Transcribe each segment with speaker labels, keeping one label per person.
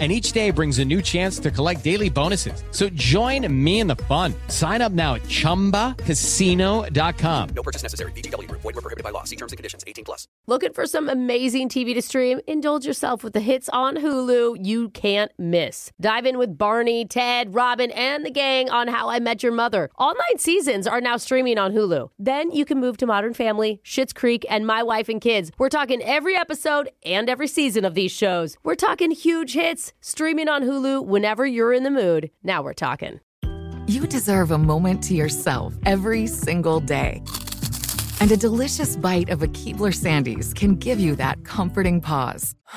Speaker 1: and each day brings a new chance to collect daily bonuses. So join me in the fun. Sign up now at ChumbaCasino.com.
Speaker 2: No purchase necessary. VGW Group. Void were prohibited by law. See terms and conditions. 18 plus.
Speaker 3: Looking for some amazing TV to stream? Indulge yourself with the hits on Hulu you can't miss. Dive in with Barney, Ted, Robin, and the gang on How I Met Your Mother. All nine seasons are now streaming on Hulu. Then you can move to Modern Family, Schitt's Creek, and My Wife and Kids. We're talking every episode and every season of these shows. We're talking huge hits, streaming on Hulu whenever you're in the mood. Now we're talking.
Speaker 4: You deserve a moment to yourself every single day. And a delicious bite of a Keebler Sandies can give you that comforting pause.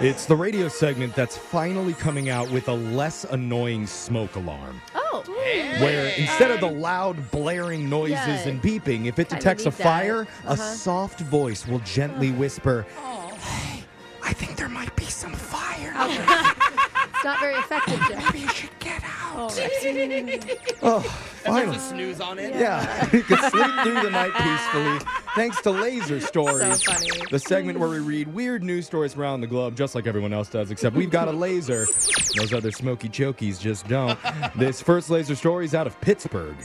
Speaker 5: It's the radio segment that's finally coming out with a less annoying smoke alarm.
Speaker 3: Oh, Um,
Speaker 5: Where instead of the loud blaring noises
Speaker 3: Yeah.
Speaker 5: and beeping, if it
Speaker 3: Kinda
Speaker 5: detects a
Speaker 3: need that.
Speaker 5: fire,
Speaker 3: Uh-huh.
Speaker 5: a soft voice will gently whisper, Hey, I think there might be some fire.
Speaker 3: Oh. it's not very effective, Jeff.
Speaker 5: Maybe you should get out. oh, finally.
Speaker 6: snooze on it.
Speaker 5: Yeah, you can sleep through the night peacefully thanks to Laser Stories. The segment where we read weird news stories around the globe, just like everyone else does, except we've got a laser. Those other smoky chokies just don't. This first laser story is out of Pittsburgh.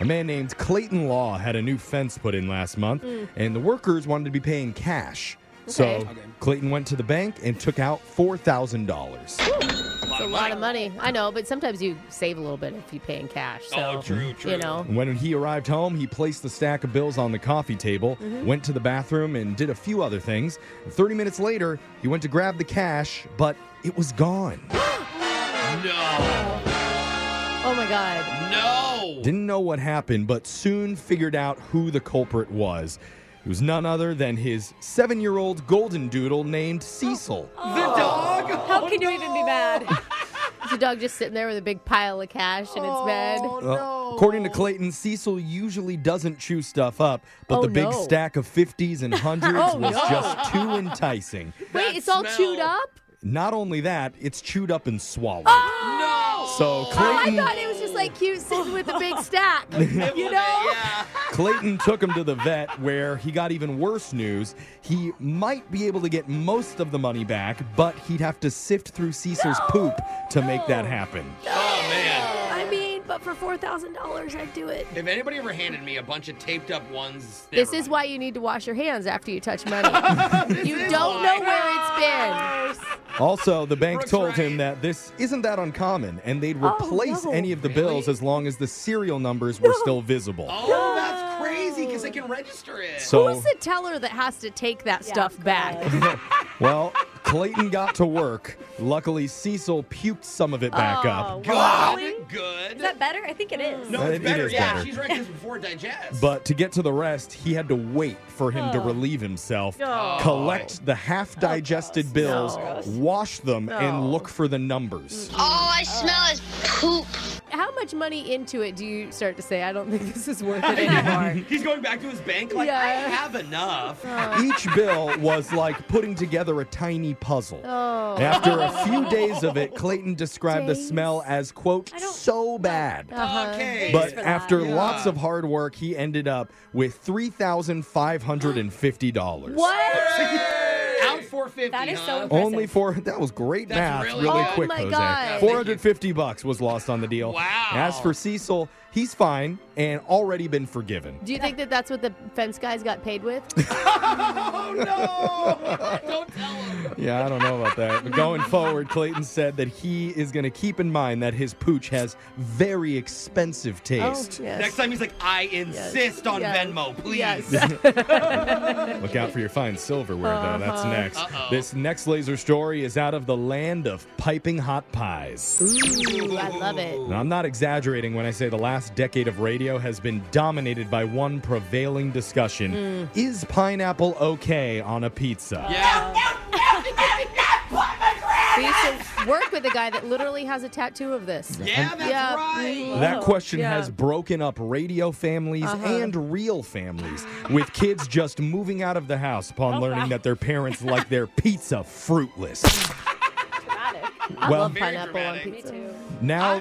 Speaker 5: A man named Clayton Law had a new fence put in last month,
Speaker 6: Hmm.
Speaker 5: and the workers wanted to be paying cash. So
Speaker 3: Okay.
Speaker 5: Clayton went to the bank and took out $4,000.
Speaker 3: It's a lot of money. I know, but sometimes you save a little bit if you pay in cash. So,
Speaker 6: Oh, true, true.
Speaker 3: You know,
Speaker 5: When he arrived home, he placed the stack of bills on the coffee table,
Speaker 3: Mm-hmm.
Speaker 5: went to the bathroom, and did a few other things. 30 minutes later, he went to grab the cash, but it was gone.
Speaker 6: No.
Speaker 3: oh my God.
Speaker 6: No.
Speaker 5: Didn't know what happened, but soon figured out who the culprit was. It was none other than his seven year old golden doodle named Cecil.
Speaker 3: Oh.
Speaker 5: Uh,
Speaker 3: How can you even be mad? Is the dog just sitting there with a big pile of cash in its bed?
Speaker 5: Uh, According to Clayton, Cecil usually doesn't chew stuff up, but
Speaker 3: Oh,
Speaker 5: the big
Speaker 3: no.
Speaker 5: stack of 50s and 100s
Speaker 3: Oh,
Speaker 5: was
Speaker 3: no.
Speaker 5: just too enticing.
Speaker 3: Wait, it's all
Speaker 6: smell.
Speaker 3: chewed up?
Speaker 5: Not only that, it's chewed up and swallowed.
Speaker 6: No.
Speaker 5: So
Speaker 3: Oh, I
Speaker 5: Clayton,
Speaker 3: thought it was just like cute sitting with a big stack. You know?
Speaker 6: Yeah.
Speaker 5: Clayton took him to the vet where he got even worse news. He might be able to get most of the money back, but he'd have to sift through Cecil's poop to make that happen.
Speaker 6: Oh man.
Speaker 7: I mean, but for four thousand dollars, I'd do it.
Speaker 6: If anybody ever handed me a bunch of taped up ones,
Speaker 3: This
Speaker 6: never
Speaker 3: is
Speaker 6: mind.
Speaker 3: why you need to wash your hands after you touch money. you don't know where it's been.
Speaker 5: Also, the bank
Speaker 6: Brooke's
Speaker 5: told
Speaker 6: right.
Speaker 5: him that this isn't that uncommon and they'd replace
Speaker 3: Oh, no.
Speaker 5: any of the bills as long as the serial numbers were still visible.
Speaker 6: Oh, that's crazy because they can register it.
Speaker 5: So,
Speaker 3: Who's the teller that has to take that stuff back?
Speaker 5: well, Clayton got to work. Luckily, Cecil puked some of it
Speaker 3: Oh,
Speaker 5: back up.
Speaker 6: God,
Speaker 7: Really?
Speaker 6: good.
Speaker 7: Is that better? I think it is.
Speaker 6: no,
Speaker 5: It-
Speaker 6: it's
Speaker 5: it
Speaker 6: better.
Speaker 5: is
Speaker 6: yeah,
Speaker 5: better.
Speaker 6: she's right. This before digest.
Speaker 5: But to get to the rest, he had to wait for him to relieve himself, collect the half digested bills, wash them, and look for the numbers.
Speaker 8: All I smell is poop.
Speaker 3: How much money into it do you start to say, I don't think this is worth it anymore?
Speaker 6: he's going back to his bank. Like
Speaker 3: Yeah.
Speaker 6: I have enough.
Speaker 5: Each bill was like putting together a tiny puzzle. After a few days of it, Clayton described the
Speaker 7: Days.
Speaker 5: smell as, quote, so bad.
Speaker 6: Oh.
Speaker 3: Uh-huh.
Speaker 6: Okay.
Speaker 5: But after
Speaker 6: Yeah.
Speaker 5: lots of hard work, he ended up with $3,550.
Speaker 3: what?
Speaker 6: out 450.
Speaker 7: That is so
Speaker 6: huh?
Speaker 7: impressive.
Speaker 5: Only four. That was great
Speaker 6: That's
Speaker 5: math,
Speaker 6: really
Speaker 5: really,
Speaker 6: good. Oh
Speaker 5: quick,
Speaker 3: my
Speaker 5: Jose.
Speaker 3: God.
Speaker 5: Four hundred fifty bucks was lost on the deal.
Speaker 6: Wow.
Speaker 5: As for Cecil, he's fine and already been forgiven.
Speaker 3: Do you think that that's what the fence guys got paid with?
Speaker 6: Oh no! Don't tell him.
Speaker 5: Yeah, I don't know about that. But going forward, Clayton said that he is going to keep in mind that his pooch has very expensive taste.
Speaker 3: Oh, yes.
Speaker 6: Next time he's like, I insist on
Speaker 3: Yes.
Speaker 6: Venmo, please.
Speaker 3: Yes.
Speaker 5: Look out for your fine silverware, though. That's next.
Speaker 6: Uh-oh.
Speaker 5: This next laser story is out of the land of piping hot pies.
Speaker 3: Ooh, I love it.
Speaker 5: Now, I'm not exaggerating when I say the last decade of radio has been dominated by one prevailing discussion
Speaker 3: Mm.
Speaker 5: Is pineapple okay on a pizza?
Speaker 6: Yeah.
Speaker 3: We used to work with a guy that literally has a tattoo of this.
Speaker 6: Yeah, that's
Speaker 3: Yeah.
Speaker 6: right.
Speaker 5: That
Speaker 3: Oh,
Speaker 5: question
Speaker 3: yeah. Uh-huh.
Speaker 5: has broken up radio families and real families, with kids just moving out of the house
Speaker 3: Oh,
Speaker 5: upon learning that their parents like their pizza fruitless.
Speaker 3: I
Speaker 5: Well-
Speaker 3: love
Speaker 6: Very
Speaker 3: pineapple on
Speaker 6: dramatic.
Speaker 3: pizza.
Speaker 5: Now,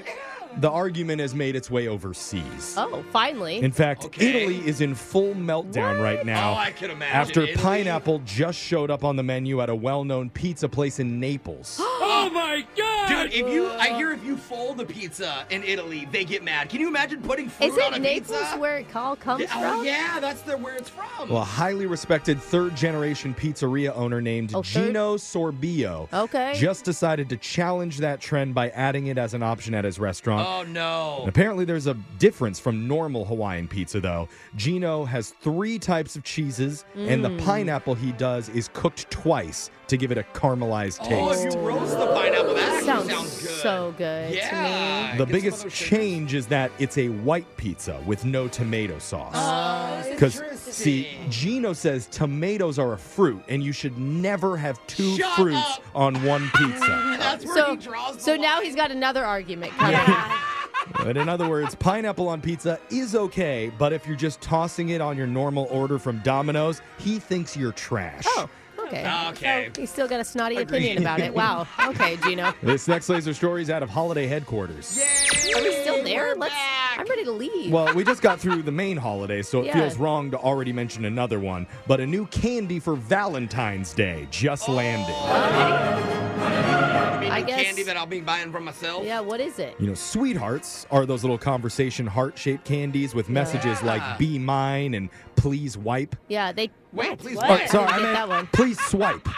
Speaker 5: the argument has made its way overseas.
Speaker 3: Oh, finally.
Speaker 5: In fact,
Speaker 6: Okay.
Speaker 5: Italy is in full meltdown right now
Speaker 6: Oh, I could imagine.
Speaker 5: after
Speaker 6: Italy.
Speaker 5: pineapple just showed up on the menu at a well-known pizza place in Naples.
Speaker 6: Oh my god, dude! If you,
Speaker 3: Uh.
Speaker 6: I hear if you fold a pizza in Italy, they get mad. Can you imagine putting fruit
Speaker 3: Is
Speaker 6: on a
Speaker 3: it Naples
Speaker 6: pizza?
Speaker 3: where it all comes
Speaker 6: yeah,
Speaker 3: from?
Speaker 6: oh, yeah, that's the, where it's from.
Speaker 5: well, a highly respected third-generation pizzeria owner named
Speaker 3: Oh, third?
Speaker 5: Gino Sorbillo
Speaker 3: Okay.
Speaker 5: just decided to challenge that trend by adding it as an option at his restaurant.
Speaker 6: oh
Speaker 5: And
Speaker 6: no.
Speaker 5: Apparently, there's a difference from normal Hawaiian pizza, though. Gino has three types of cheeses, and the
Speaker 6: Mm.
Speaker 5: pineapple he does is cooked twice to give it a caramelized
Speaker 6: Oh, if
Speaker 5: taste.
Speaker 6: you roast the pineapple, that actually
Speaker 3: Sounds
Speaker 6: sounds, good.
Speaker 3: so good to
Speaker 6: Yeah.
Speaker 5: the
Speaker 6: Get some of
Speaker 5: biggest
Speaker 6: those
Speaker 5: change is that it's a white pizza with no tomato sauce.
Speaker 6: Oh,
Speaker 5: see,
Speaker 6: interesting.
Speaker 5: Gino says tomatoes are a fruit, and you should never have two
Speaker 6: Shut
Speaker 5: fruits
Speaker 6: up.
Speaker 5: on one pizza.
Speaker 6: that's where
Speaker 3: So,
Speaker 6: he draws the
Speaker 3: so now
Speaker 6: line.
Speaker 3: he's got another argument coming.
Speaker 5: but in other words, pineapple on pizza is okay, but if you're just tossing it on your normal order from Domino's, he thinks you're trash.
Speaker 3: Oh, okay.
Speaker 6: Okay.
Speaker 3: He's still got a snotty opinion about it. Wow. Okay, Gino.
Speaker 5: This next laser story is out of holiday headquarters.
Speaker 3: Are we still there?
Speaker 6: We're
Speaker 3: Let's.
Speaker 6: back.
Speaker 3: I'm ready to leave.
Speaker 5: Well, we just got through the main holiday, so it
Speaker 3: Yeah.
Speaker 5: feels wrong to already mention another one. But a new candy for Valentine's Day just
Speaker 3: Oh.
Speaker 5: landed.
Speaker 6: Maybe
Speaker 3: I guess-
Speaker 6: candy that I'll be buying for myself.
Speaker 3: yeah. What is it?
Speaker 5: You know, sweethearts are those little conversation heart shaped candies with messages like be mine and please wipe.
Speaker 3: Yeah. They.
Speaker 6: Wait, please.
Speaker 3: What?
Speaker 5: Or,
Speaker 6: wait.
Speaker 3: I
Speaker 5: sorry,
Speaker 3: didn't
Speaker 5: I
Speaker 3: get
Speaker 5: meant
Speaker 3: that one.
Speaker 5: please swipe.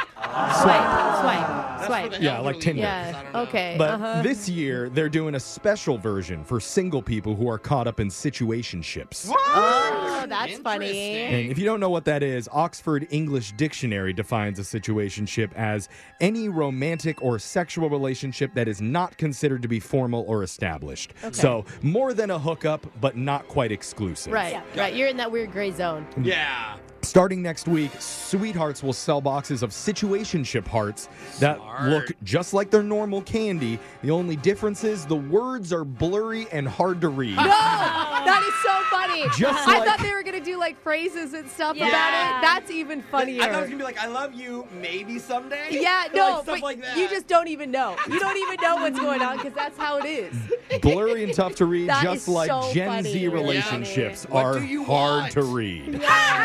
Speaker 3: Swipe. Swipe.
Speaker 6: That's
Speaker 3: Swipe.
Speaker 6: for the
Speaker 5: Yeah, like
Speaker 6: elderly,
Speaker 5: Tinder.
Speaker 6: I
Speaker 3: Yeah.
Speaker 6: don't know.
Speaker 3: Okay.
Speaker 5: But
Speaker 3: uh-huh.
Speaker 5: this year, they're doing a special version for single people who are caught up in situationships.
Speaker 3: Oh, that's funny.
Speaker 6: Interesting.
Speaker 5: And if you don't know what that is, Oxford English Dictionary defines a situationship as any romantic or sexual relationship that is not considered to be formal or established. So, more than a hookup, but not quite exclusive.
Speaker 3: Right. Right. You're in that weird gray zone.
Speaker 6: Yeah.
Speaker 5: Starting next week, Sweethearts will sell boxes of situationship hearts that
Speaker 6: Smart.
Speaker 5: look just like their normal candy. The only difference is the words are blurry and hard to read.
Speaker 3: Oh,
Speaker 6: Oh.
Speaker 3: That is so funny.
Speaker 5: Just
Speaker 3: I
Speaker 5: like-
Speaker 3: thought they were gonna do like phrases and stuff
Speaker 6: Yeah.
Speaker 3: about it. That's even
Speaker 6: I thought it was
Speaker 3: funnier.
Speaker 6: gonna be like, I love you, maybe someday.
Speaker 3: Yeah,
Speaker 6: Like,
Speaker 3: no,
Speaker 6: stuff
Speaker 3: but
Speaker 6: like that.
Speaker 3: you just don't even know. You don't even know what's going on because that's how it is.
Speaker 5: blurry and tough to read,
Speaker 3: That
Speaker 5: just
Speaker 3: is
Speaker 5: like
Speaker 3: so
Speaker 5: Gen
Speaker 3: funny.
Speaker 5: Z
Speaker 3: Yeah.
Speaker 5: relationships
Speaker 6: What
Speaker 5: are
Speaker 6: do you
Speaker 5: hard
Speaker 6: want?
Speaker 5: to read.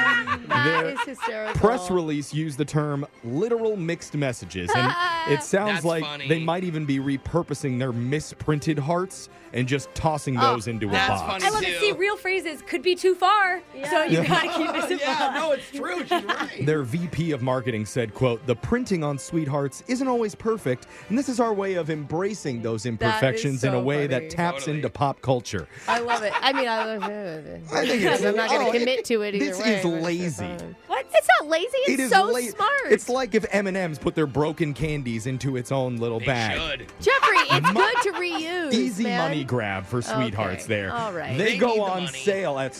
Speaker 3: That
Speaker 5: Their
Speaker 3: is hysterical.
Speaker 5: Press release used the term literal mixed messages, and it sounds
Speaker 6: That's
Speaker 5: like
Speaker 6: funny.
Speaker 5: they might even be repurposing their misprinted hearts and just tossing
Speaker 3: Oh,
Speaker 5: those into a
Speaker 6: that's
Speaker 5: box.
Speaker 7: I love it. See, real phrases could be too far, so you gotta keep it simple.
Speaker 6: yeah, no, it's true. She's right.
Speaker 5: Their VP of marketing said, quote, the printing on sweethearts isn't always perfect, and this is our way of embracing those imperfections in
Speaker 3: so
Speaker 5: a
Speaker 3: funny.
Speaker 5: way that taps
Speaker 6: Totally.
Speaker 5: into pop culture.
Speaker 3: I love it. I mean, I love it.
Speaker 5: I think it's-
Speaker 3: I'm not gonna
Speaker 5: oh,
Speaker 3: commit to it either
Speaker 5: this
Speaker 3: way.
Speaker 5: is
Speaker 3: but it's
Speaker 5: lazy.
Speaker 3: fine.
Speaker 7: What?
Speaker 3: It's not lazy. It's
Speaker 5: It is
Speaker 3: so
Speaker 5: la-
Speaker 3: smart.
Speaker 5: It's like if M&M's put their broken candies into its own little
Speaker 6: They
Speaker 5: bag.
Speaker 6: should.
Speaker 3: Jeffrey. It's good to reuse.
Speaker 5: Easy
Speaker 3: man.
Speaker 5: money grab for sweethearts
Speaker 3: Okay.
Speaker 5: there.
Speaker 3: All right.
Speaker 5: They,
Speaker 6: They need
Speaker 5: go
Speaker 6: the
Speaker 5: on
Speaker 6: money.
Speaker 5: sale at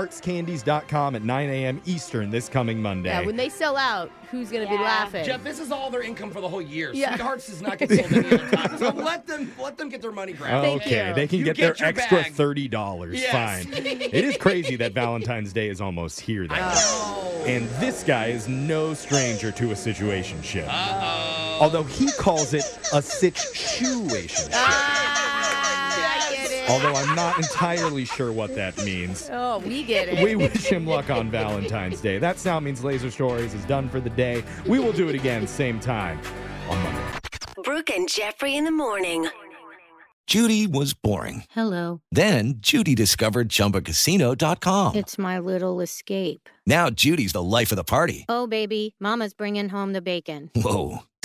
Speaker 5: sweetheartscandies.com at 9 a.m. Eastern this coming Monday.
Speaker 3: Yeah, when they sell out, who's gonna be
Speaker 7: Yeah.
Speaker 3: laughing?
Speaker 6: Jeff, this is all their income for the whole year.
Speaker 3: Yeah.
Speaker 6: Sweethearts does not get sold any other time. So let them let them get their money grabbed.
Speaker 5: Okay,
Speaker 3: you.
Speaker 5: they can
Speaker 6: You
Speaker 5: get, their
Speaker 6: get your
Speaker 5: extra
Speaker 6: bag.
Speaker 5: thirty dollars.
Speaker 6: Yes.
Speaker 5: Fine. it is crazy that Valentine's Day is almost here, though. And this guy is no stranger to a situationship. Although he calls it a situation.
Speaker 3: Ah, I get it.
Speaker 5: Although I'm not entirely sure what that means.
Speaker 3: Oh, we get it.
Speaker 5: We wish him luck on Valentine's Day. That sound means Laser Stories is done for the day. We will do it again, same time on Monday.
Speaker 9: Brooke and Jeffrey in the morning.
Speaker 10: Judy was boring.
Speaker 11: Hello.
Speaker 10: Then Judy discovered ChumbaCasino.com.
Speaker 11: It's my little escape.
Speaker 10: Now Judy's the life of the party.
Speaker 11: Oh, baby, Mama's bringing home the bacon.
Speaker 10: Whoa,